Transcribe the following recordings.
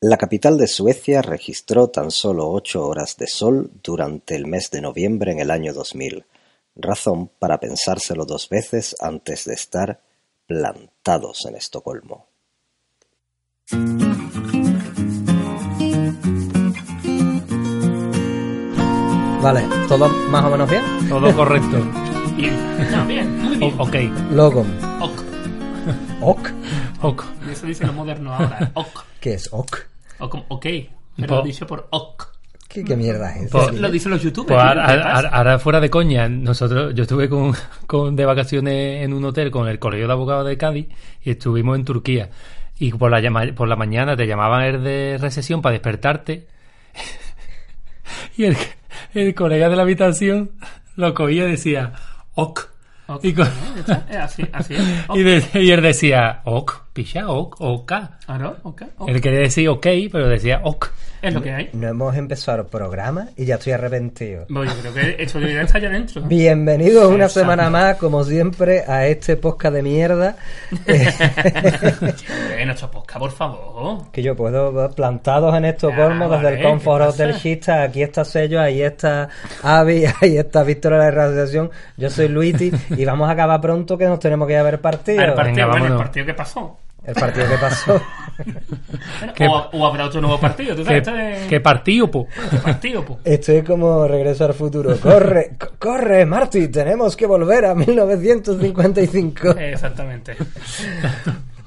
La capital de Suecia registró tan solo ocho horas de sol durante el mes de noviembre en el año 2000, razón para pensárselo dos veces antes de estar plantados en Estocolmo. Vale, todo más o menos bien. Todo correcto. Bien. No, bien. Muy bien. O- ok. Logom. Ok. Ok. Ok. Y Eso dice lo moderno ahora. Ok. ¿Qué es ok? O como ok. Pero Po- dicho por ok. ¿Qué, qué mierda es? Po- esa? Lo dicen los youtubers. Pues tío, ahora, ¿qué te pasa? ahora- ahora fuera de coña, nosotros, yo estuve con, con- de vacaciones en un hotel con el Colegio de Abogados de Cádiz y estuvimos en Turquía. Y por la, llama- por la mañana te llamaban el de recesión para despertarte. y el, el colega de la habitación lo cogía y decía, ok. Ok, Y, co- ¿no? Ya está. Eh, Así, así. es. Ok. y de- y él decía, ok, picha, ok, ok. Claro, ok, ok. Él quería decir ok, pero decía ok. Es lo que hay. No hemos empezado el programa y ya estoy arrepentido. Bueno, yo creo que eso debería estar ya dentro. Bienvenidos una Exacto. semana más, como siempre, a este podcast de mierda. Eh, Bueno, nuestro podcast, por favor. que yo puedo plantados en Estocolmo Ah, desde vale, el Comfort ¿qué pasa? Hotel Gista, aquí está Sello, ahí está Avi, ahí está Víctor de la Radiación, yo soy Luiti y vamos a acabar pronto que nos tenemos que ir a ver partido. Al partido, bueno, el vámonos. partido que pasó. El partido que pasó. Bueno, ¿Qué- o, o habrá otro nuevo partido, ¿tú ¿Qué, sabes? Este es- qué partido, po? ¿Qué partido, pues. po? Estoy como regreso al futuro. Corre, co- corre, Marty, tenemos que volver a 1955. Eh, Exactamente.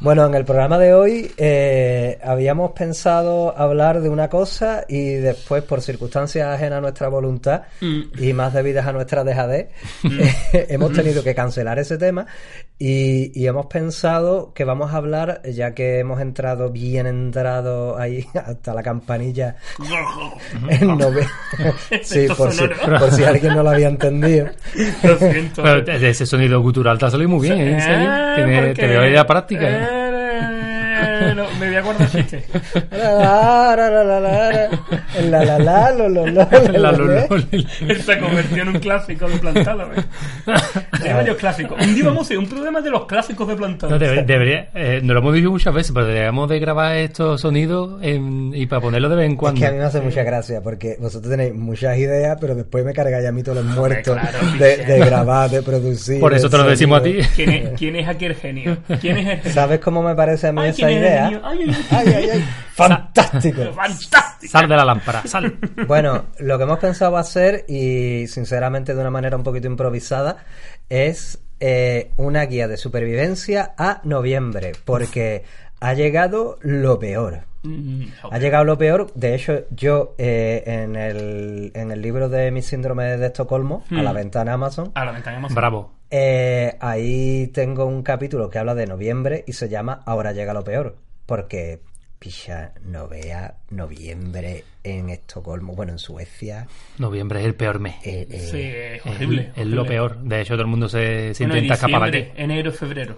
Bueno, en el programa de hoy eh, habíamos pensado hablar de una cosa y después, por circunstancias ajenas a nuestra voluntad y más debidas a nuestra dejadez, eh, hemos tenido que cancelar ese tema y, y hemos pensado que vamos a hablar, ya que hemos entrado bien entrado ahí hasta la campanilla en nove- Sí, Efecto por si, sonoro. por si alguien no lo había entendido. Lo siento. Pero te- ese sonido gutural te ha salido muy bien, ¿eh? En serio. Eh, Tiene- porque- Te veo idea práctica. ¿eh? Eh, no, me voy a guardar chiste. La la la la la la la la lo, lo, lo, lo, La lo, lolo- lo. Él se convirtió en un clásico de plantado. ¿eh? De varios clásicos. Un día vamos a hacer un programa de los clásicos de plantado. No, debe- debería, eh, nos lo hemos dicho muchas veces, pero deberíamos de grabar estos sonidos en- y para ponerlos de vez en Es cuando. que a mí me hace mucha gracia porque vosotros tenéis muchas ideas, pero después me cargáis a mí todos los muertos claro, de, picha. de grabar, de producir. Por eso de te lo decimos a ti. sonido. ¿Quién es, quién es aquel genio? ¿Quién es el genio? ¿Sabes cómo me parece a mí Ay, esa ¿quién es el genio? idea? Ay, ay, ay. Ay, ay, ay. Fantástico. ¡Fantástico! Sal de la lámpara, sal. Bueno, lo que hemos pensado hacer, y sinceramente de una manera un poquito improvisada, es eh, una guía de supervivencia a noviembre, porque ha llegado lo peor. Mm, Ha llegado lo peor. De hecho, yo eh, en, el, en el libro de mi síndrome de Estocolmo, a la ventana Amazon, Ahora me engañamos. Bravo. eh, ahí tengo un capítulo que habla de noviembre y se llama Ahora llega lo peor. Porque, picha, no vea noviembre en Estocolmo, bueno, en Suecia. Noviembre es el peor mes. eh, eh, Sí, Es- es horrible. Es, lo horrible. peor. De hecho, todo el mundo se, se Bueno, intenta escapar de diciembre, aquí. Enero, febrero.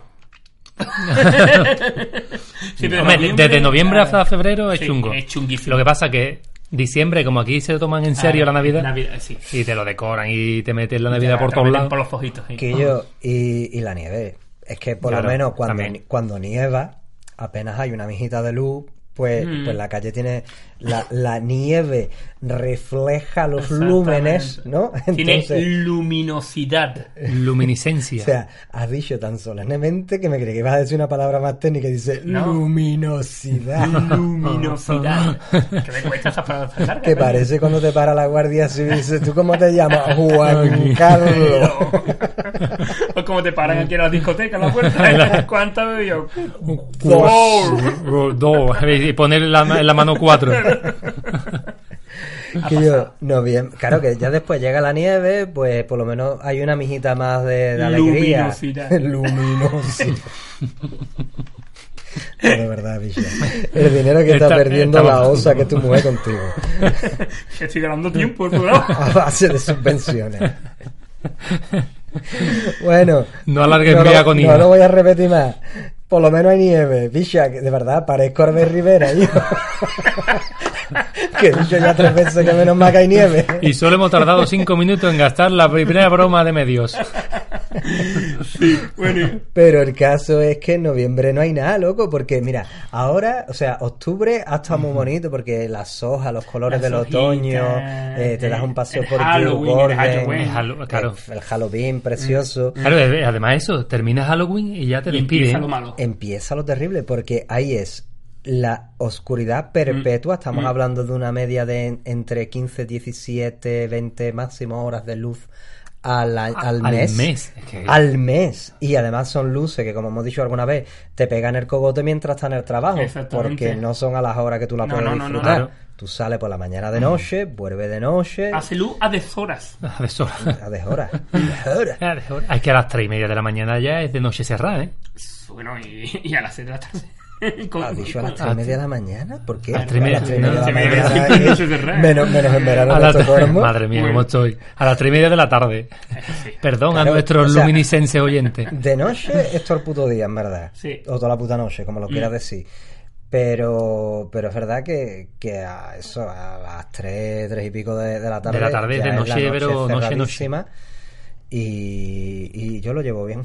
Sí, pero Hombre, desde noviembre ah, hasta febrero es sí, chungo. Es chunguísimo. Lo que pasa que diciembre, como aquí se toman en serio Ah, la Navidad, sí. y te lo decoran y te meten la Navidad Ya, por te todos meten lados. Por los ojitos. Ah, sí. que yo, y, y la nieve. Es que por Claro, lo menos cuando, también. cuando nieva, apenas hay una mijita de luz, pues, pues la calle tiene. La, la nieve refleja los lúmenes, ¿no? Tiene Entonces. luminosidad. Luminiscencia. O sea, has dicho tan solemnemente que me creí que ibas a decir una palabra más técnica y dice No. luminosidad. Luminosidad. que me cuesta esas palabras tan largas, Que pero- parece cuando te para la guardia civil y dices, ¿tú cómo te llamas? Juan Carlos. o como te paran aquí en la discoteca, en la puerta. ¿eh? ¿Cuántas bebió? Dos. Dos. Y poner la, ma- la mano cuatro. Que yo, no bien, claro que ya después llega la nieve, pues por lo menos hay una mijita más de, de alegría. Luminosidad. Luminosidad. de verdad, bicho. El dinero que está, Está- perdiendo está la bajando. osa que tu mujer contigo. Que estoy ganando tiempo el programa. A base de subvenciones. Bueno. No alargues mi lo- agonía. No lo voy a repetir más. Por lo menos hay nieve. Bicha, que de verdad, parezco Albert Rivera, hijo. que he dicho ya tres veces que menos mal que hay nieve. Y solo hemos tardado cinco minutos en gastar la primera broma de medios. Sí, bueno. Pero el caso es que en noviembre no hay nada, loco, porque mira, ahora, o sea, octubre ha estado muy bonito porque las sojas, los colores Las del hojitas, otoño, eh, te el- das un paseo el por Halloween, Kew el Gordon, Halloween, el Hallo- claro. el, el Halloween precioso. Claro, eh, además eso, termina Halloween y ya te ¿eh? Y despiden. empieza lo malo. Eh. Empieza lo terrible porque ahí es la oscuridad perpetua, estamos hablando de una media de en- entre 15, 17, 20 máximo horas de luz. al a- al al mes, mes, es que- al mes y además son luces que como hemos dicho alguna vez te pegan el cogote mientras estás en el trabajo Exactamente. porque no son a las horas que tú la No, puedes no, no, no, disfrutar claro. tú sales por la mañana de noche vuelves de noche Hace luz a deshoras. A ver, solo- a deshoras deshoras. a ver, ahora- Es que a las tres y media de la mañana ya es de noche cerrada, ¿eh? Bueno, y, y a las 6 de la tarde. Con- ¿Has Ah, dicho a las con- 3 y media de la mañana? ¿Por qué? A las tres y media, tres y media no, de la tres y media, mañana siempre es- noche cerrada. menos, menos en verano A de las- Estocolmo. Madre mía, Bueno. cómo estoy. A las tres y media de la tarde. Sí. Perdón Claro, a nuestros o sea- luminiscense oyentes. De noche es todo el puto día, en verdad. Sí. O toda la puta noche, como lo Mm. quieras decir. Pero, pero es verdad que, que a eso, a las 3, 3 y pico de, de la tarde. De la tarde, ya de es la noche, pero noche, noche. cerradísima. Y, y yo lo llevo bien.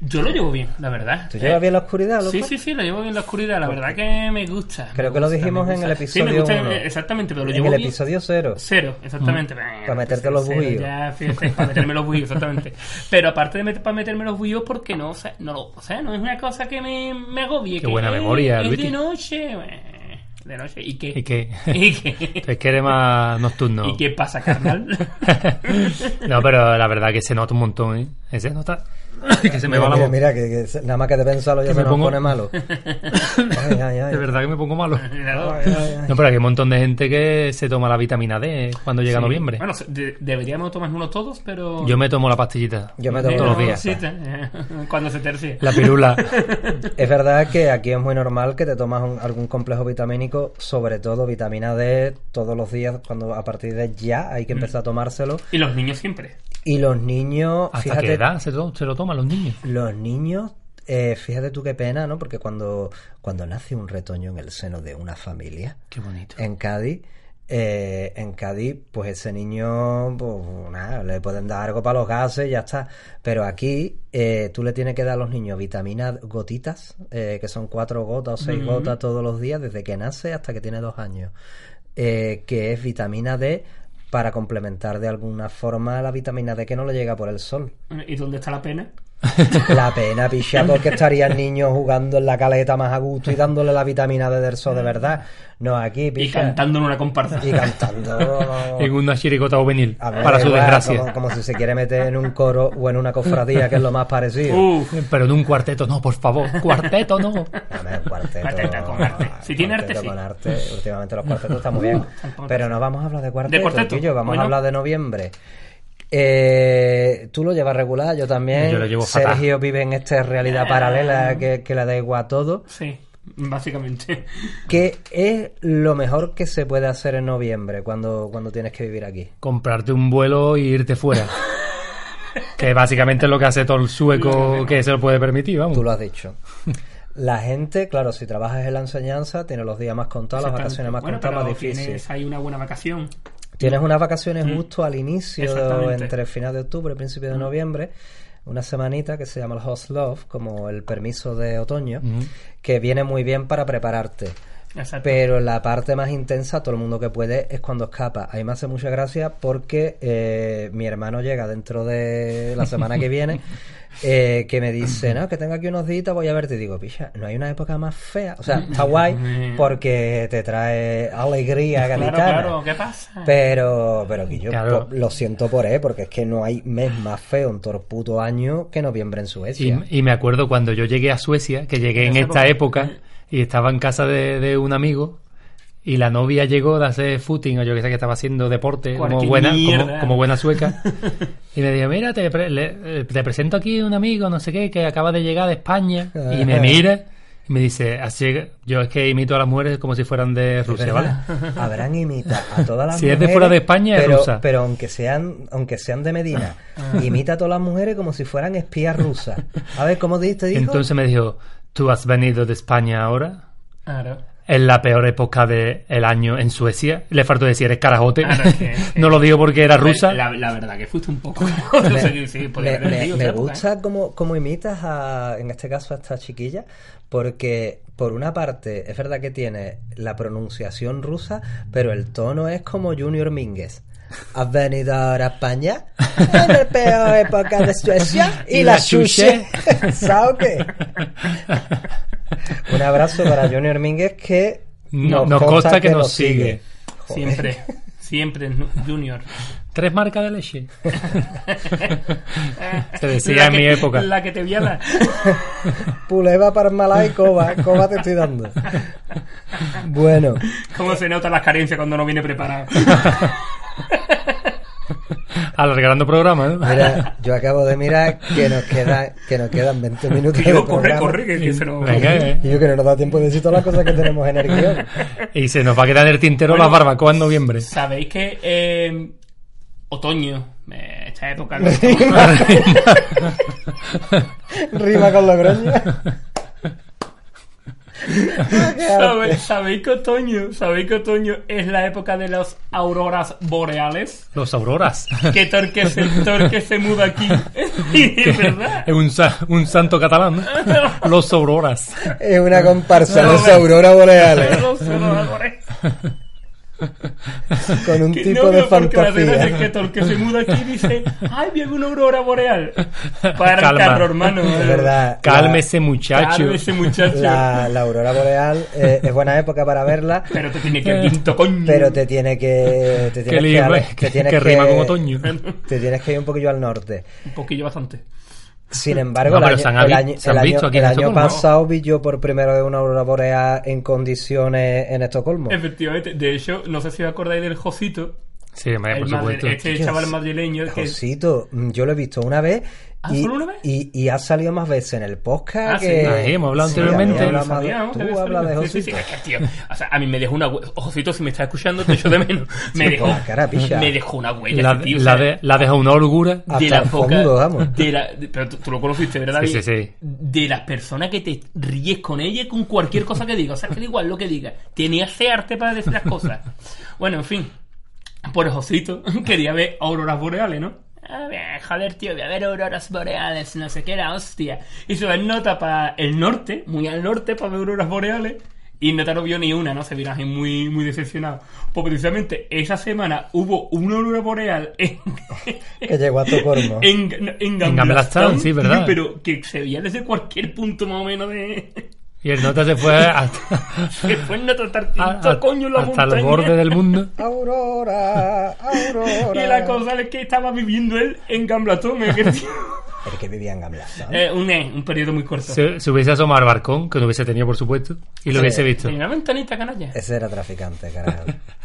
Yo lo llevo bien, la verdad. ¿Tú Eh, llevas bien la oscuridad, loco? Sí, sí, sí, lo llevo bien en la oscuridad. La verdad que me gusta. Creo me que lo gusta, dijimos me en el gusta. Sí, me episodio gusta, uno. eh, exactamente, pero lo En llevo el bien. episodio cero. Cero, Mm. exactamente. Para meterte los Cero, bujíos. ya, fíjate, para meterme los bujíos, exactamente. Pero aparte de meter- para meterme los bujíos, porque no, o sea, no, lo- o sea, no es una cosa que me, me agobie. Qué que buena es- memoria, Es de Luigi. noche, eh, de noche. ¿Y qué? ¿Y qué? ¿Y qué? Es que eres más nocturno. ¿Y qué pasa, carnal? No, pero la verdad que se nota un montón, ¿eh? Eh, Se nota que se me mira, va la mira, voz. mira, que, que se- nada más que de pensarlo ya Que se me nos pongo- pone malo. Ay, ay, ay. De verdad que me pongo malo. Claro. Ay, ay, ay. No, pero hay un montón de gente que se toma la vitamina D ¿eh? cuando llega Sí. noviembre. Bueno, se- de- deberíamos tomarnos todos, pero... Yo me tomo la pastillita. Yo me Eh, tomo todos no, los días. sí, te- eh, cuando se tercie. La pirula. Es verdad que aquí es muy normal que te tomas un- algún complejo vitamínico, sobre todo vitamina D, todos los días, cuando a partir de ya hay que Mm. empezar a tomárselo. Y los niños siempre. Y los niños, ¿Hasta fíjate, qué edad se, to- se lo toman los niños? los niños, eh, fíjate tú qué pena, ¿no? Porque cuando, cuando nace un retoño en el seno de una familia, Qué bonito. en Cádiz, eh, en Cádiz, pues ese niño, pues nada, le pueden dar algo para los gases y ya está. Pero aquí eh, tú le tienes que dar a los niños vitaminas gotitas, eh, que son cuatro gotas o seis gotas todos los días, desde que nace hasta que tiene dos años, eh, que es vitamina D para complementar de alguna forma la vitamina D que no le llega por el sol. ¿Y dónde está la pena? La pena, picha, porque estarían niños jugando en la caleta más a gusto y dándole la vitamina D del sol de verdad. No, aquí, Y picha cantando en una comparsa. y cantando En una chiricota juvenil, A ver, para su igual, desgracia. Como, como si se quiere meter en un coro o en una cofradía, que es lo más parecido. Uf, Pero en un cuarteto, no, por favor. Cuarteto, no. A ver, cuarteto, Cuarteto con arte. Si tiene arte, cuarteto sí. con arte. Últimamente los cuartetos están muy bien. tampoco. Pero no vamos a hablar de cuarteto, cuarteto? Quillo, vamos Hoy a no. hablar de noviembre. Eh, tú lo llevas regular, yo también. Yo lo llevo fatal. Sergio vive en esta realidad paralela Ah. que, que le da igual a todo. sí, básicamente. ¿Qué es lo mejor que se puede hacer en noviembre cuando, cuando tienes que vivir aquí? Comprarte un vuelo e irte fuera. que básicamente es lo que hace todo el sueco que se lo puede permitir, vamos. Tú lo has dicho. La gente, claro, si trabajas en la enseñanza, tiene los días más contados, las vacaciones más bueno, contadas, más pero difícil. tienes Tienes... ahí una buena vacación. unas vacaciones justo al inicio, de- Exactamente. Mm. entre final de octubre y principio de noviembre, una semanita que se llama el Host Love, como el permiso de otoño, Mm. que viene muy bien para prepararte. Exacto. Pero la parte más intensa, todo el mundo que puede, es cuando escapa. Ahí me hace mucha gracia porque eh, mi hermano llega dentro de la semana que viene, eh, que me dice, no, que tengo aquí unos días, voy a verte. Y digo, picha, no hay una época más fea. O sea, está guay porque te trae alegría claro, gaditana. claro, ¿qué pasa? Pero, pero que yo Claro. po- lo siento por él, porque es que no hay mes más feo en todo el puto año que noviembre en Y, Suecia. y me acuerdo cuando yo llegué a Suecia, que llegué en esta época y estaba en casa de, de un amigo. y la novia llegó de hacer footing o yo que sé que estaba haciendo deporte como Cualquier buena, como, mierda. como buena sueca. Y me dijo, mira, te, pre- le- eh, te presento aquí un amigo, no sé qué, que acaba de llegar de España. Y me mira y me dice, así yo es que imito a las mujeres como si fueran de Rusia, ¿vale? Habrán imitado a todas las Si es de mujeres. fuera de España, es pero, rusa. Pero aunque sean, aunque sean de Medina, Ah. imita a todas las mujeres como si fueran espías rusas. A ver, ¿cómo dijiste, dijo? Entonces me dijo, ¿tú has venido de España ahora? Claro. Es la peor época del año en Suecia. Le faltó decir, eres carajote. Ah, no, es que- no lo digo porque era rusa. La, la verdad que fuiste un poco. no sé qué sí, podía me, haber me- elegido me otra época, ¿eh? gusta cómo, cómo imitas a, en este caso, a esta chiquilla, porque por una parte es verdad que tiene la pronunciación rusa, pero el tono es como Junior Mínguez. ¿Has venido ahora a España? En el peor época de Suecia y, Y la, la chuche. chuche. ¿Sabes qué? Un abrazo para Junior Mínguez que No- nos consta que nos sigue. Joder. Siempre. Siempre es nu- Junior. Tres marcas de leche. Se decía en que- mi época. La que te viala. Puleva, Parmalá y Coba. Coba te estoy dando. Bueno, ¿Cómo se notan las carencias cuando no viene preparado? Alargando programa, ¿no? mira, yo acabo de mirar que nos, queda, que nos quedan 20 minutos. de Digo, corre, programa. corre, que, que se nos. Venga, eh. Y yo que no nos da tiempo de decir todas las cosas que tenemos en el guión. Y se nos va a quedar en el tintero Bueno. las barbacoas en noviembre. Sabéis que eh, otoño, eh, esta época. Rima con Logroño. ¿Sabe- ¿Sabéis que otoño? ¿Sabéis que otoño es la época de las auroras boreales? Los auroras. Que Torque se, Torque se muda aquí. es verdad. Es un, sa- un santo catalán. ¿no? Los auroras. Es una comparsa, No, los no, Aurora ¿eh? Boreales, Los auroras boreales. con un Que tipo no, de pero porque la verdad es que fantasía. Torque se muda aquí y dice: ¡Ay, vi una aurora boreal! Para Calma. el carro, hermano. Es verdad. Cálmese, muchacho. Cálmese, muchacho. La, la Aurora Boreal eh, es buena época para verla, Pero te tiene que ir quinto coño. pero te tiene que. Te Mm. Que, tienes li- ale- que- te tienes que rima con otoño. Te tienes que ir un poquillo al norte. Un poquillo bastante. Sin embargo, No, el pero año- se han el habi- año- se han el visto año aquí en el año Estocolmo, ¿no? pasado vi yo por primera vez una aurora boreal en condiciones en Estocolmo. Efectivamente. De hecho, no sé si os acordáis del Josito. Sí, Eh, hombre, el por madri- supuesto. Este Dios. chaval madrileño que Josito, mm, yo lo he visto una vez. ¿Ah, Y, solo una vez? y, y ha salido más veces en el podcast Ah, sí. que... Ah, hemos habíamos hablado anteriormente. hablado más de- Sabíamos, Tú sabíamos, hablas de sabíamos. Sí, Josito. sí, sí, es que, tío, o sea, a mí me dejó una huella. Ojito, si me estás escuchando, te echo de menos. Me dejó, la cara, picha. me dejó una huella. La, este tío, o la sea, de, la deja una holgura. Ah. de Hasta la el poca- fondo, vamos. de la- de- pero tú, tú lo conociste, ¿verdad? Sí, David? sí, sí. De las personas que te ríes con ella con cualquier cosa que diga. O sea, que da igual lo que diga. Tenía ese arte para decir las cosas. Bueno, en fin. Por Josito, quería ver auroras boreales, ¿no? A ver, joder, tío, voy a ver auroras boreales, no sé qué, la hostia. Y se va en nota para el norte, muy al norte, para ver auroras boreales. Y nota no vio ni una, ¿no? Se viraje muy, muy decepcionado. Pues precisamente esa semana hubo una aurora boreal en, Que llegó a Estocolmo. en, en, Gamblatown, Gamblatown, sí, ¿verdad? tío, Pero que se veía desde cualquier punto más o menos de... Y el nota se fue hasta, Después no tratar tanto a- a- coño en la Ah, hasta el montaña. borde del mundo. Aurora, Aurora. Y la cosa es que estaba viviendo él en Gamblatown. ¿eh? Que tío. El que vivía en Gamla. ¿sabes? Eh, un, eh, un periodo muy corto. Se, se hubiese asomado al barcón, que lo hubiese tenido, por supuesto, y lo hubiese visto. Tenía una ventanita canalla. Ese era traficante, carajo.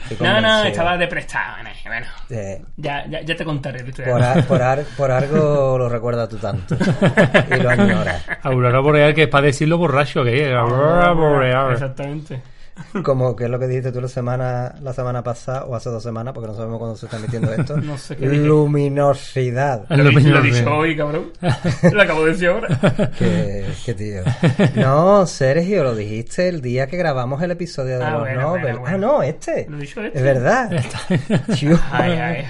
Estoy No, no, convencido. estaba deprestado. eh, Bueno, Eh, ya, ya, ya te contaré. la historia. por, a- por ar- por algo lo recuerdas tú tanto. Y lo añoras. Aurora Boreal, que es para decirlo borracho que es. Aurora Boreal. Exactamente. Como que es lo que dijiste tú la semana, la semana pasada, o hace dos semanas, porque no sabemos cuándo se está emitiendo esto. No sé qué dije. Luminosidad. Es Lo, lo he- lo he mismo. dicho hoy, cabrón. Lo acabo de decir ahora. Qué, qué tío. No, Sergio, lo dijiste el día que grabamos el episodio de Ah, los bueno, Nobel. bueno, bueno. Ah, no, este. Lo he dicho este. Es verdad. Tío. Ay, ay, ay.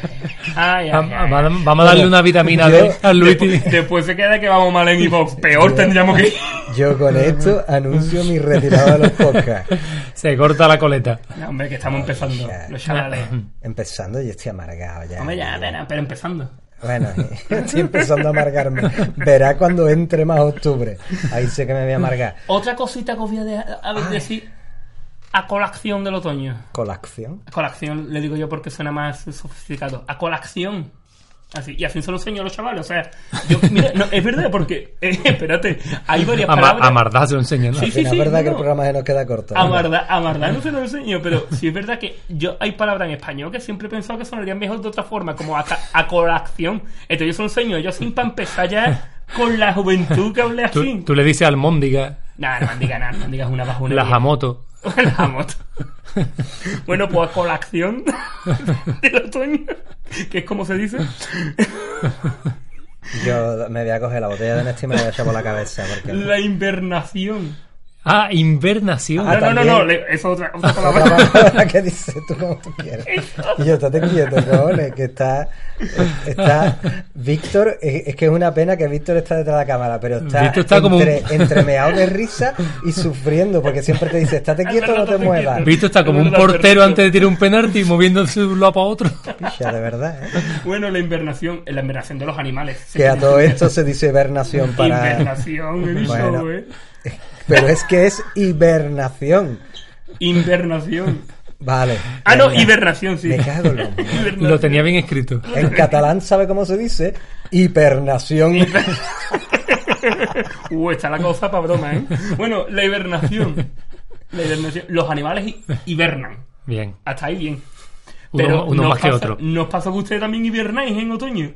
ay, ay, Vam- ay. vam- Vamos a darle una vitamina Yo- D a Luis. Después, después se queda que vamos mal en Evox. Peor tendríamos que ir. Yo con esto anuncio mi retirada de los podcasts. Se corta la coleta. No, hombre, que estamos empezando. Los chavales. Empezando, yo estoy amargado ya. Hombre, ya, pero, pero empezando. Bueno, estoy empezando a amargarme. Verá cuando entre más octubre. Ahí sé que me voy a amargar. Otra cosita que os voy a, dejar- a ver, decir a colación del otoño. Con la acción. A colación le digo yo porque suena más sofisticado. A colación Así, y así se lo enseño a los chavales. O sea, yo- mira, no, es verdad, porque. eh, espérate, hay varias A, palabras. Ma- a Mardá se lo enseñan. ¿no? Sí, Sí, sí, es sí, verdad que no, el no. Ah, programa se nos queda corto. ¿eh? A ¿no? Mardá, a Mardá no se lo enseño, pero sí es verdad que yo hay palabras en español que siempre he pensado que sonarían mejor de otra forma, como a, a colación. Entonces yo se lo enseño, yo sin para empezar ya con la juventud que hablé así. Tú, tú le dices almóndiga, Nada, no digas nada, no digas una bajuna. la jamoto. La jamoto. bueno, pues a colación del otoño, que es como se dice. Yo me voy a coger la botella de Nesty y me la voy a echar por la cabeza. Porque... La invernación. Ah, invernación. Ah, no, no, no, no, también. le- eso es otra, otra Otra palabra. palabra que dices tú como tú quieras. Y yo, estate quieto, cojones, que está... Está... Víctor, es es que es una pena que Víctor está detrás de la cámara, pero está, Víctor está como entre, un- entremeado de risa y sufriendo, porque siempre te dice, estate quieto, no te muevas. Visto está como un Verdad, portero perfecto. antes de tirar un penalti moviéndose de un lado para otro. Picha, de verdad, ¿eh? Bueno, la invernación, la invernación de los animales. Que a todo esto se dice hibernación para... Invernación, he dicho, Bueno. güey. Pero es que es hibernación. Invernación. Vale. Ah, no, venga. hibernación, sí. Me cago en la- Hibernación. Lo tenía bien escrito. En catalán, ¿sabe cómo se dice? Hibernación. Uh, está la cosa para broma, ¿eh? Bueno, la hibernación. La hibernación. Los animales hi- hibernan. Bien. Hasta ahí bien. Uno- uno ¿no os más que pasa- otro. ¿No os pasa que ustedes también hibernáis en otoño?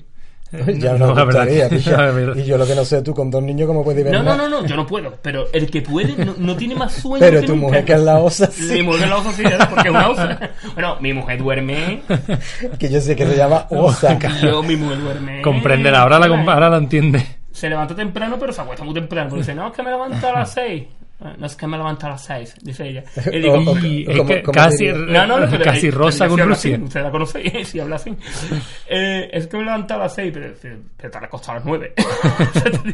ya no, No, me la verdad gustaría, que- picha. la verdad. Y yo lo que no sé, tú con dos niños, ¿cómo puedes No, hibernar? no, no, no, yo no puedo. Pero el que puede no, no tiene más sueño Pero que tu nunca. mujer que es la osa, sí, Mi mujer es la osa, sí, ¿eh? porque es una osa. Bueno, mi mujer duerme. que yo sé que se llama osa. Yo, mi mujer duerme. Comprenderá, ahora la, comp- ahora la entiende. se levanta temprano, pero se acuesta muy temprano. Porque dice, no, es que me levanto a las seis. Ah, No es que me levanto a las seis, dice ella. Y digo, O- o- Y es ¿Cómo- que cómo casi, diría? no, no, no, pero casi eh, rosa pero con si habla Rusia. así, Usted la conoce, si habla así. Eh, es que me levanto a las seis, pero, eh, pero te la costado a las nueve.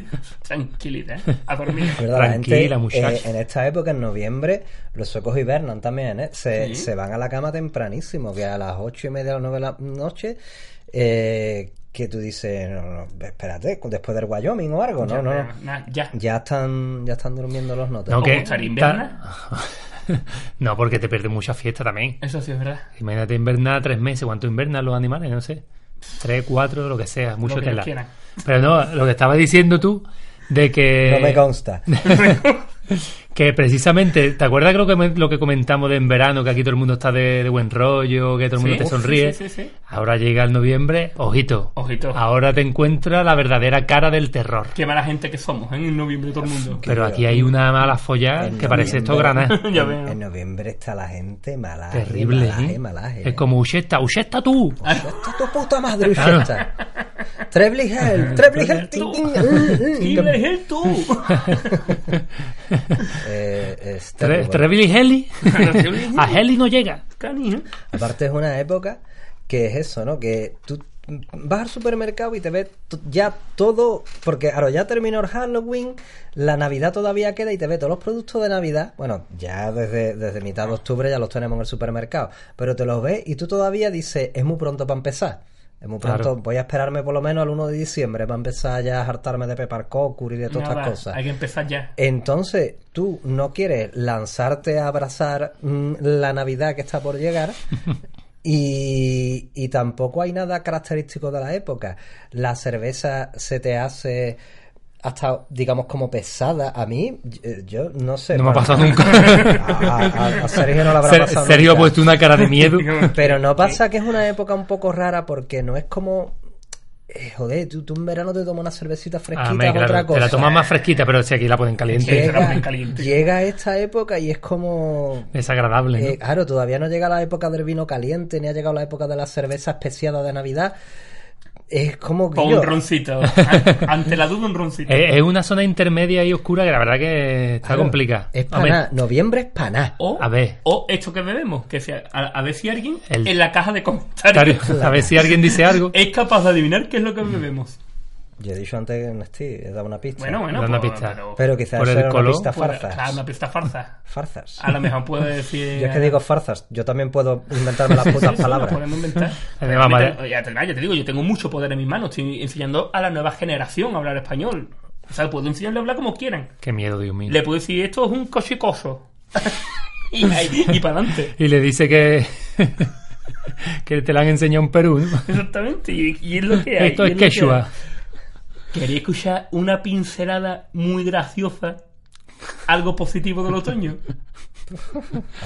Tranquilidad, a dormir. Es verdad, la gente, Tranquila, muchacha. eh, en esta época, en noviembre, los suecos hibernan también, ¿eh? Se, Sí. se van a la cama tempranísimo, que a las ocho y media o nueve de la noche, eh, que tú dices, no, no, espérate, después del Wyoming o algo, no, no, no. na- ya. Ya están, ya están durmiendo los notas. No, ¿Os que- gustaría invernar? ta- no, porque te pierdes mucha fiesta también. Eso sí es verdad. Imagínate invernar tres meses, ¿cuánto invernan los animales? No sé. Tres, cuatro, lo que sea, mucho que ellos tela. quieran. Pero no, lo que estabas diciendo tú, de que... No me consta. Que precisamente, ¿te acuerdas lo que, me- lo que comentamos de en verano? Que aquí todo el mundo está de, de buen rollo, que todo el Sí, mundo te sí, sonríe. sí, sí, sí. Ahora llega el noviembre, ojito. Ojito. Ahora te encuentra la verdadera cara del terror. Qué mala gente que somos, ¿eh? en noviembre todo el mundo. Pero aquí hay una mala follada En que parece esto noviembre. granada. ya En- veo. En noviembre está la gente malaje, Terrible, malaje, ¿eh? malaje. Es como Ushesta, Ushesta tú. Está tu puta madre, Claro. Usheta. Trebligel, Trebligel, tin, tin, mm, mm. Y le dije tú. Eh, es Tre- terrible. Trevili Heli. Trevili A Heli no llega. Cani, ¿eh? Aparte es una época que es eso, ¿no? Que tú vas al supermercado y te ves to- ya todo, porque ahora ya terminó el Halloween, la Navidad todavía queda y te ves todos los productos de Navidad, bueno, ya desde, desde mitad de octubre ya los tenemos en el supermercado, pero te los ves y tú todavía dices, es muy pronto para empezar. Es muy pronto, Claro. voy a esperarme por lo menos al 1 de diciembre para empezar ya a hartarme de Pepper Cocker y de todas Nada, estas cosas. Hay que empezar ya. Entonces, tú no quieres lanzarte a abrazar mm, la Navidad que está por llegar. Y, y tampoco hay nada característico de la época. La cerveza se te hace hasta, digamos, como pesada. A mí, eh, yo no sé. No me ha bueno, pasado nunca. A, a- a Sergio no le habrá Ser- pasado Sergio pues, ha nunca. puesto una cara de miedo. Pero no pasa que es una época un poco rara porque no es como... eh, joder, tú, tú en verano te tomas una cervecita fresquita, Ah, me, es claro, otra cosa. ¿eh? te la tomas más fresquita, pero si aquí la ponen caliente. Sí. la llega, ponen caliente. llega esta época y es como... Desagradable. ¿no? eh, claro, todavía no llega la época del vino caliente, ni ha llegado la época de la cerveza especiada de Navidad. Es como que... Con Pues yo- un roncito. Ante la duda, un roncito. Es, es una zona intermedia y oscura que la verdad que está claro, complicada. Es Hombre, paná. Noviembre es paná. O, a ver. o esto que bebemos, que sea, a, a ver si alguien El- en la caja de claro, comentarios a ver si alguien dice algo. Eh, es capaz de adivinar qué es lo que bebemos. Yo he dicho antes que no estoy, he dado una pista. Bueno, bueno, Da una pues, pista. pero- Pero quizás Por el era una color. pista pues, farsas. claro, una Ah, pista farsa. Farsas. A lo mejor puede decir. Yo es que digo farsas. Yo también puedo inventarme las Sí, sí, putas sí, lo palabras. podemos inventar. Además, Realmente, vale. ya, te, ya te digo, yo tengo mucho poder en mis manos. Estoy enseñando a la nueva generación a hablar español. O sea, puedo enseñarle a hablar como quieran. Qué miedo, Dios mío. Le puedo decir, esto es un cochicoso. y, ahí- y para adelante. Y le dice que. que te la han enseñado en Perú. ¿no? Exactamente, y, y es lo que hay. Esto y es lo que hay. Quechua. Quería escuchar una pincelada muy graciosa, algo positivo del otoño.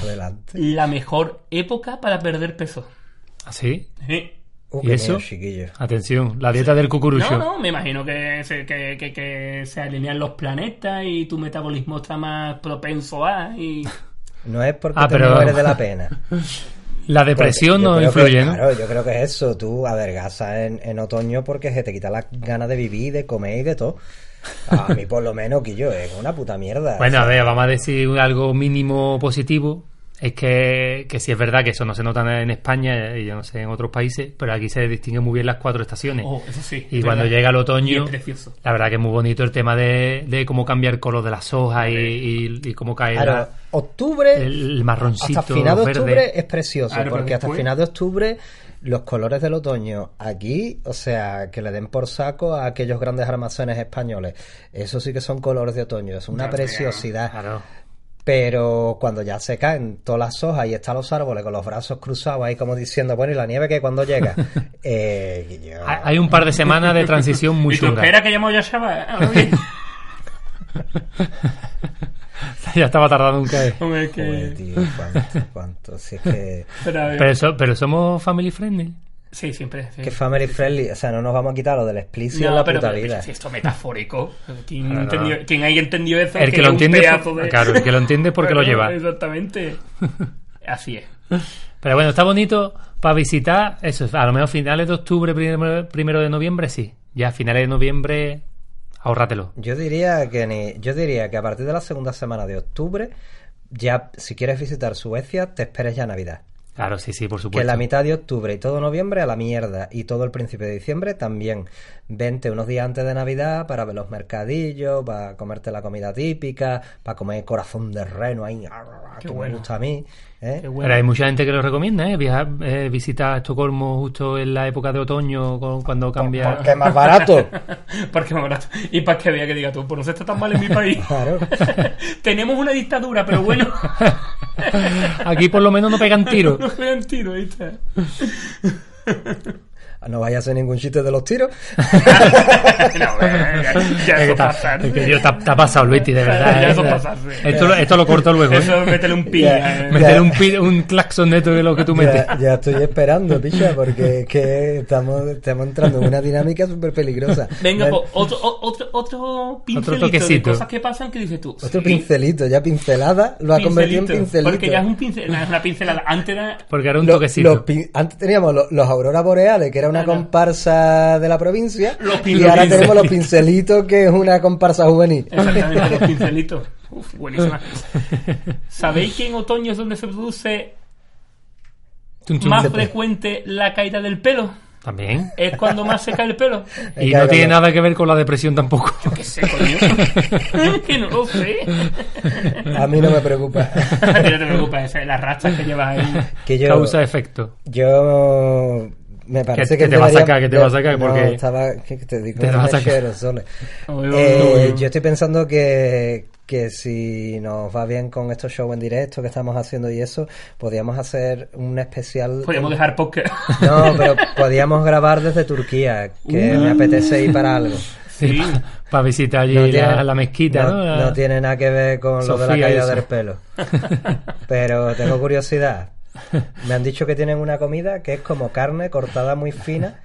Adelante. La mejor época para perder peso. ¿Así? Sí. Uh, ¿Y qué eso? miedo, chiquillo. Ah, Atención, la dieta del cucurucho. No, no, me imagino que se, que, que- que se alinean los planetas y tu metabolismo está más propenso a... Y... No es porque Ah, te pero- mueres de la pena. La depresión Porque yo no creo que- influye, ¿no? Claro, yo creo que es eso. Tú adelgazas en, en otoño porque se te quita las ganas de vivir, de comer y de todo. A mí, por lo menos, que yo es una puta mierda. Bueno, a ver, vamos a decir algo mínimo positivo. Es que, que sí es verdad que eso no se nota en España y yo no sé en otros países, pero aquí se distinguen muy bien las cuatro estaciones. Oh, eso sí. y es cuando verdad. llega el Y otoño, es precioso. la verdad que es muy bonito el tema de, de cómo cambiar el color de las hojas y, y- y cómo cae Claro, la- octubre, el marroncito hasta final de verde. octubre es precioso, Claro, pero porque hasta después- final de octubre los colores del otoño aquí, o sea, que le den por saco a aquellos grandes almacenes españoles. Eso sí que son colores de otoño, es una Ya, preciosidad. Claro. Pero cuando ya se caen todas las hojas y están los árboles con los brazos cruzados ahí como diciendo, bueno, ¿y la nieve que cuando llega? eh, Guillo, Ah, Hay hay un par de semanas de transición muy y tú chunga. esperas que llamo ya Shaba. Ahora bien. ya estaba tardando un caer. Hombre, que- joder, "Pues, tío, eh. cuánto, cuánto, si es que... Pero, a ver. Pero, so- pero somos family friendly. Sí, siempre. sí. Que family friendly, o sea, no nos vamos a quitar lo del explícito en Eh. No, la pero, puta pero, vida. si esto es metafórico. ¿Quién, No, no. entendió- quién haya entendido eso? El que lo es un entiende, pedazo de- claro, el que lo entiende es porque lo Bueno, lleva. Exactamente. Así es. Pero bueno, está bonito para visitar eso. A lo mejor finales de octubre, primero, primero de noviembre, sí. Ya finales de noviembre, ahórratelo. Yo diría que ni, yo diría que a partir de la segunda semana de octubre, ya si quieres visitar Suecia, te esperes ya Navidad. Claro, sí, sí, por Que supuesto. la mitad de octubre y todo noviembre a la mierda. Y todo el principio de diciembre también. Vente unos días antes de Navidad para ver los mercadillos, para comerte la comida típica, para comer corazón de reno ahí, arr, Qué que bueno. me gusta a mí. ¿eh? Qué bueno. Pero hay mucha gente que lo recomienda, ¿eh? Viajar, eh, visitar Estocolmo justo en la época de otoño, con- cuando cambia. Porque es más barato. Porque me barato. Y para que vea que diga tú, por no se está tan mal en mi país. Claro. Tenemos una dictadura, pero bueno. Aquí por lo menos no pegan tiros. no me dan tiro, ahí está. No vayas a hacer ningún chiste de los tiros. no, venga, ya Es que eso está- pasar. es que yo- te ha- te ha pasado, Luiti, de verdad. Ya ¿eh? eso pasarse. Esto, lo- esto lo corto luego. ¿eh? Eso, métele un pin. Ya. eh. Meter un, pi- un claxon neto de lo que tú metes. Ya, ya estoy esperando, picha, porque es que estamos, estamos entrando en una dinámica súper peligrosa. Venga, Ya- po, otro, o- otro, otro pincelito de toquecito. cosas que pasan que dices tú. Otro sí, pincelito, ya pincelada, lo ha convertido en pincelito. Porque ya es un pincel, no, es una pincelada. Antes era Porque era un Lo- toquecito. los pin- antes teníamos lo- los, auroras boreales, que era una Ah, no. comparsa de la provincia, Los y ahora pincelitos. tenemos los pincelitos, que es una comparsa juvenil. Exactamente, los pincelitos. Uf, buenísima. ¿Sabéis que en otoño es donde se produce Chum, chum. más frecuente la caída del pelo? También. Es cuando más se cae el pelo. Y Venga, no tiene venga. nada que ver con la depresión tampoco. ¿Qué sé, coño? que no lo sé. A mí no me preocupa. A ti no te preocupes, esa es las rastas que llevas ahí. Que yo, Causa-efecto. yo me parece Que- que, que te va a debería- sacar, que te va a sacar, No, porque- estaba, que te digo, Te va a sacar. mechero, Sole. Uy, uy, Eh, uy. yo estoy pensando que, que si nos va bien con estos shows en directo que estamos haciendo y eso, podríamos hacer un especial. Podríamos dejar podcast. No, pero podíamos grabar desde Turquía, que me apetece ir para algo. Sí. Para visitar allí la, la mezquita, ¿no? no- La- no tiene nada que ver con lo de Sofía la y caída eso. del pelo. Pero tengo curiosidad. Me han dicho que tienen una comida que es como carne cortada muy fina,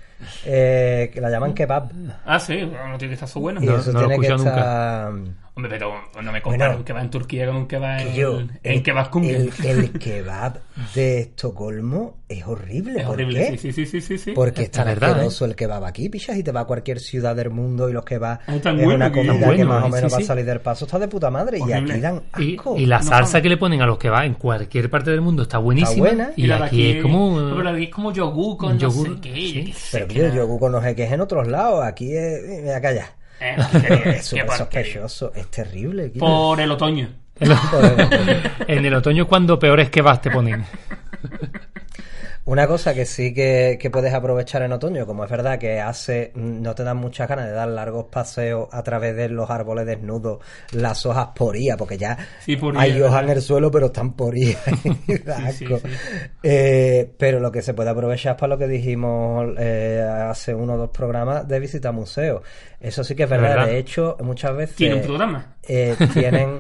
eh, que la llaman kebab. Ah, sí, bueno, no tiene que estar su bueno. Y No, eso no lo tiene que escucho estar. Hombre, pero no me comparo Bueno. un que va en Turquía con un que va en, Que yo, en que vas con el, el kebab de Estocolmo es horrible. Es ¿Por horrible, qué? sí, sí, sí, sí, sí, sí. Porque Es está verdad, ¿eh? asqueroso el kebab aquí, pichas, y te va a cualquier ciudad del mundo y los kebabs Ah, es tan bueno una que es. comida Tan que bueno, más o sí, menos va a sí. salir del paso, está de puta madre y Horrible. aquí dan Y, asco. y la No salsa saben. que le ponen a los que va en cualquier parte del mundo está buenísima. buena. Y, la de aquí es como. Pero la de aquí es como yogur con un no yogur, sé qué. sí. yo qué sé, Pero que tío, era- yo con los jeques en otros lados, aquí es... Mira, calla. Eh, qué porquería, Es qué súper porquería. sospechoso, es terrible. Guillo. Por el otoño. Este, en el otoño es cuando peores que vas te ponen. Una cosa que sí que, que puedes aprovechar en otoño, como es verdad que hace, mm, no te dan muchas ganas de dar largos paseos a través de los árboles desnudos, las hojas porías, porque ya Sí, poría, hay hojas en ¿verdad? el suelo, pero están porías. y da Sí, sí, asco. sí. Eh, pero lo que se puede aprovechar es para lo que dijimos eh, hace uno o dos programas de visita museos. Eso sí que es verdad. ¿Verdad? De hecho, muchas veces Tiene un programa. eh, tienen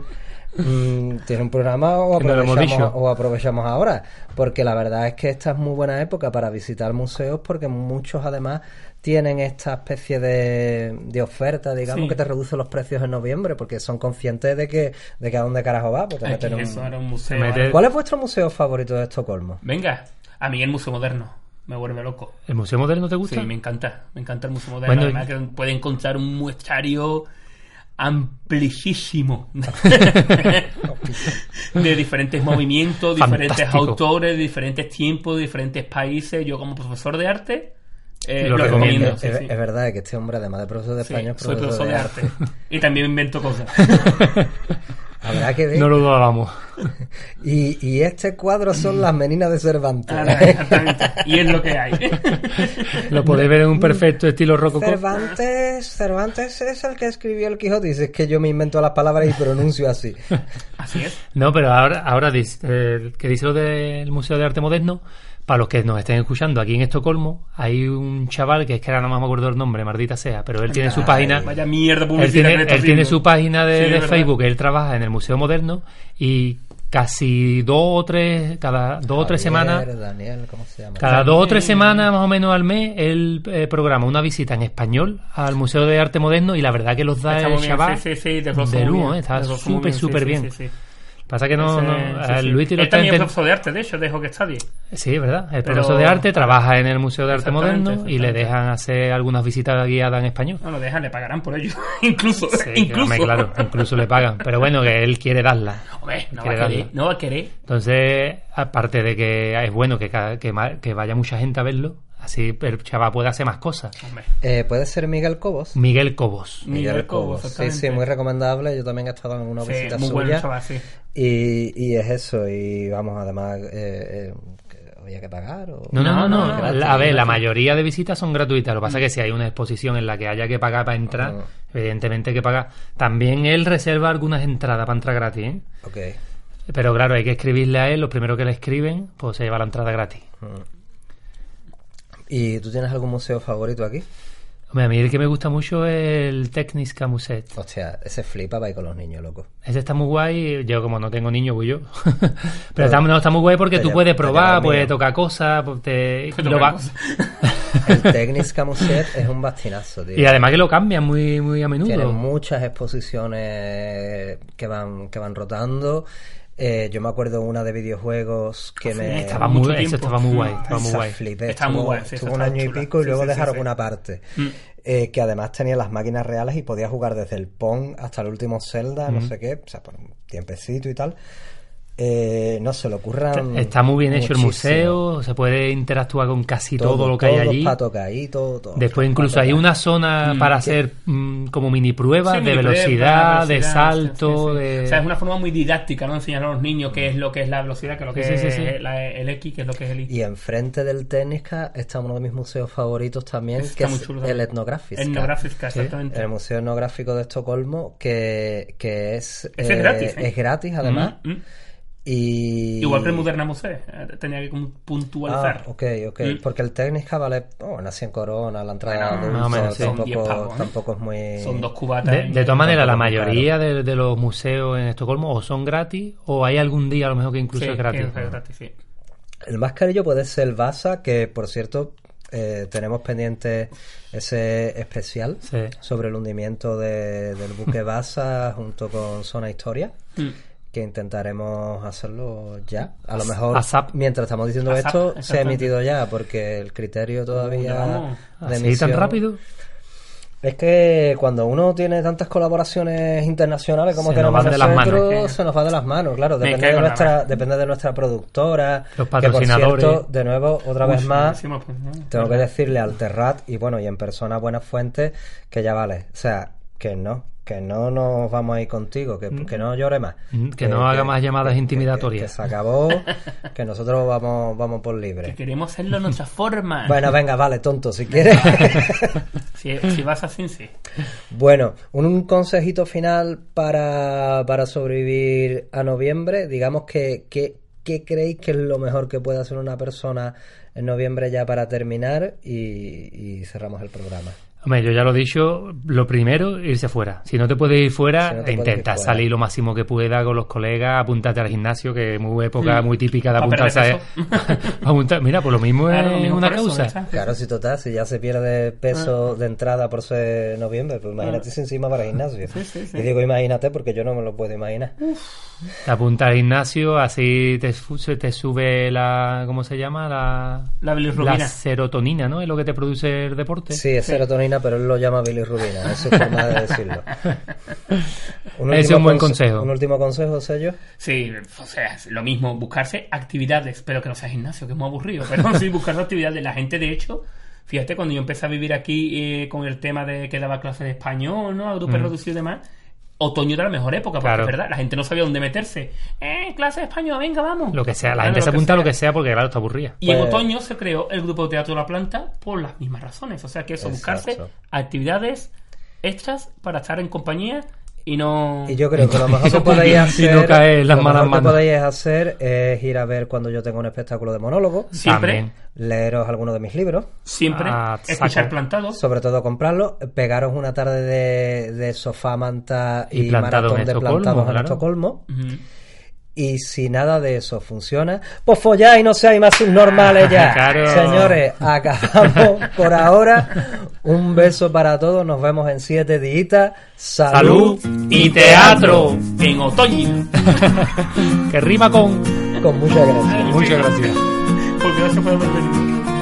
mm, tiene un programa o Que no lo hemos aprovechamos, dicho. o aprovechamos ahora porque la verdad es que esta es muy buena época para visitar museos porque muchos además tienen esta especie de, de oferta digamos Sí. que te reducen los precios en noviembre porque son conscientes de que de que a dónde carajo va pues te Aquí, meten un- Eso era un museo. Meter- ¿cuál es vuestro museo favorito de Estocolmo? Venga, a mí el Museo Moderno me vuelve loco. ¿El Museo Moderno te gusta? Sí, me encanta. Me encanta el Museo Moderno. Bueno, Además y- que puede encontrar un muestrario amplísimo de diferentes movimientos, diferentes Fantástico. autores, diferentes tiempos, diferentes países. Yo como profesor de arte eh, Lo lo, recomiendo. recomiendo. es, sí, es- sí. es verdad que este hombre además de profesor de Sí, español es soy profesor de arte. y también invento cosas. habrá que ver No lo dudamos. y, y este cuadro son las meninas de Cervantes Ahora, exactamente. y es lo que hay. Lo podéis ver en un perfecto estilo rococó. Cervantes, Cervantes es el que escribió el Quijote. Dices que yo me invento las palabras y pronuncio así. Así es. No, pero ahora, ahora dis- eh, que dice lo del Museo de Arte Moderno, para los que nos estén escuchando aquí en Estocolmo, hay un chaval que es que ahora no más me acuerdo el nombre, maldita sea, pero él tiene su página. Vaya Él mierda Ah, publicidad. tiene, que le está él tiene haciendo. su página de, Sí, es de verdad. Facebook, él trabaja en el Museo Moderno y casi dos o tres, cada dos o tres semanas, Javier, Daniel, ¿cómo se llama? cada dos o tres semanas más o menos al mes, él eh, programa una visita en español al Museo de Arte Moderno y la verdad que los da Está el muy bien, chaval sí, sí, sí, de rosa de muy lujo, bien, eh, está de rosa muy súper, sí, súper sí, bien. sí, sí. Pasa que no, Ese- no sí, a sí. Luis Tiro Él está también es enten- profesor de arte, de hecho, de que Study. Sí, es verdad. El Pero- profesor de arte trabaja en el Museo de Arte Exactamente, Moderno y le exactamente. dejan hacer algunas visitas guiadas en español. No, no, dejan, le pagarán por ello. incluso, Sí, incluso. hombre, claro, incluso le pagan. Pero bueno, que él quiere darla. Hombre, no va, Quiere a querer, darla. no va a querer. Entonces, aparte de que es bueno que, ca- que, ma- que vaya mucha gente a verlo, así el chaval puede hacer más cosas. Hombre, Eh, Puede ser Miguel Cobos. Miguel Cobos. Miguel Cobo, Sí, sí, exactamente. muy recomendable. Yo también he estado en una Sí, visita muy suya. bueno, chaval, sí. Y, y es eso. Y vamos, además, eh, eh, que había que pagar. o- No, no, no, no. no, gratis, La- a ver, la gratis. mayoría de visitas son gratuitas. Lo que pasa es que si hay una exposición en la que haya que pagar para entrar, evidentemente hay que pagar. También él reserva algunas entradas para entrar gratis, ¿eh? Ok. Pero claro, hay que escribirle a él, los primeros que le escriben, pues se lleva la entrada gratis. ¿Y tú tienes algún museo favorito aquí? Hombre, a mí el que me gusta mucho es el Tekniska Museet. Hostia, ese flipa va ahí con los niños, loco. Ese está muy guay, yo como no tengo niño, voy yo. Pero, está, no, está muy guay porque Te tú lleva- puedes te lleva probar, el puedes mío. tocar cosas, pues te- Te lo toca va- cosas. El Technics Museet es un bastinazo, tío. Y además que lo cambian muy, muy a Tienen menudo. muchas exposiciones que van, que van rotando. Eh, yo me acuerdo una de videojuegos que me. Ah, Estaba mucho muy, eso tiempo. estaba muy guay, Mm, estaba muy esa guay. flipé. Está Estuvo- muy guay, sí, estuvo esa un está año y chula. pico y Sí, luego sí, sí, dejaron sí. una parte. Mm. eh, que además tenía las máquinas reales y podía jugar desde el Pong hasta el último Zelda, Mm. no sé qué, o sea, por un tiempecito y tal. Eh, no se le ocurran. Está muy bien hecho el muchísimo. museo, se puede interactuar con casi todo, lo que hay todo allí. pa' tocar ahí, todo, todo. Después incluso hay una zona para hacer mm, como mini pruebas Sí, de mini prueba, velocidad, de velocidad, salto, sí, sí, sí. de... O sea, es una forma muy didáctica, ¿no? Enseñar a los niños qué es lo que es la velocidad, qué es lo que Sí, sí, es sí, sí. la- el X, qué es lo que es el Y. Y enfrente del Técnica está uno de mis museos favoritos también, Está que muy es chulo el también. Etnográfico. Eh, Etnográfica, exactamente. El Museo Etnográfico de Estocolmo, que, que es, Ese es gratis, ¿eh? es gratis, además. Mm, mm. Y... Igual que el Moderna Museo, eh, tenía que como puntualizar. Ah, ok, ok. Mm. Porque el Técnica vale, oh, bueno, 100 coronas, la entrada Bueno, de más o uso menos, sí. Son 10 tampoco, pavos, ¿eh? tampoco es muy... Son dos cubatas. De, en- de todas maneras, la Tampoco es muy mayoría de, de los museos en Estocolmo o son gratis o hay algún día a lo mejor que incluso Sí, es gratis. que es gratis, sí. El más carillo puede ser el Vasa, que por cierto eh, tenemos pendiente ese especial Sí. sobre el hundimiento de- del buque Vasa junto con Zona Historia, Mm. que intentaremos hacerlo ya. A lo mejor ASAP. mientras estamos diciendo ASAP, esto se ha exactamente. emitido ya, porque el criterio todavía vamos. de ¿Así tan emisión- rápido? Es que cuando uno tiene tantas colaboraciones internacionales como Se nos tenemos van de las manos, nosotros, ¿eh? se nos va de las manos, claro. Me Depende cago de en la nuestra, mano. depende de nuestra productora. Los que, por patrocinadores. cierto, de nuevo, otra vez Uy, más, encima, pues, no, tengo que ¿verdad? decirle al Terrat y bueno, y en persona Buenas Fuentes que ya vale. O sea, que no, que que no nos vamos a ir contigo, que, que no llore más. Eh, Mm, que no haga más llamadas que- intimidatorias. Que, que se acabó, que nosotros vamos, vamos por Que ah. libre. queremos hacerlo a nuestra forma. Bueno, venga, vale, tonto, si quieres. Si, si vas así, sí. Bueno, un, un consejito final para, para sobrevivir a noviembre. Digamos que, que- ¿qué creéis que es lo mejor que puede hacer una persona en noviembre ya para terminar y, y cerramos el programa. Hombre, yo ya lo he dicho, lo primero, irse fuera. Si no te puedes ir Si fuera, no te puedes intenta ir fuera. salir lo máximo que pueda con los colegas, apúntate al gimnasio, que es muy época muy típica de Pa' apuntarse perder a... apuntar- Mira, pues lo mismo Claro, lo es mismo una por eso, causa. ¿sabes? Claro, si total, si ya se pierde Ah. peso de entrada por ser noviembre, pues imagínate si encima para gimnasio. sí, sí. Y digo imagínate porque yo no me lo puedo imaginar. Te apuntas al gimnasio, así te, su- se te sube la... ¿Cómo se llama? La... La bilirrubina. la serotonina, ¿no? Es lo que te produce el deporte. Sí, es serotonina, pero él lo llama bilirrubina, es su forma de decirlo. Ese es último un buen conse- consejo. Un último consejo, sé yo. Sí, o sea, es lo mismo, buscarse actividades, pero que no sea gimnasio, que es muy aburrido, pero sí, buscarse actividades. La gente, de hecho, fíjate, cuando yo empecé a vivir aquí eh, con el tema de que daba clases de español, ¿no? A grupos reducidos y demás, otoño era la mejor época, porque Mm. Claro. es verdad, la gente no sabía dónde meterse. ¡Eh, clase de español, venga, vamos! Lo que sea, la Claro, gente se apunta a lo que sea. sea porque, claro, está aburrida. Y en Pues- otoño se creó el grupo de teatro La Planta por las mismas razones. O sea que eso, buscarse Exacto. actividades extras para estar en compañía y no... Y yo creo que lo mejor que podéis Y hacer, no caer en las lo malas mejor que manos. podéis hacer es ir a ver cuando yo tengo un espectáculo de monólogo, Siempre, También. leeros alguno de mis libros, siempre, Ah, escuchar saco. plantados. sobre todo comprarlos, pegaros una tarde de, de sofá, manta y, Y plantado en maratón de Estocolmo, plantados en claro. Estocolmo. Ujú. Y si nada de eso funciona, pues folláis, no seáis más subnormales ya. Claro. Señores, acabamos por ahora. Un beso para todos, nos vemos en siete días. Salud, y teatro en otoño. Que rima con... con mucha gracia. Muchas gracias. Porque no se puede volver.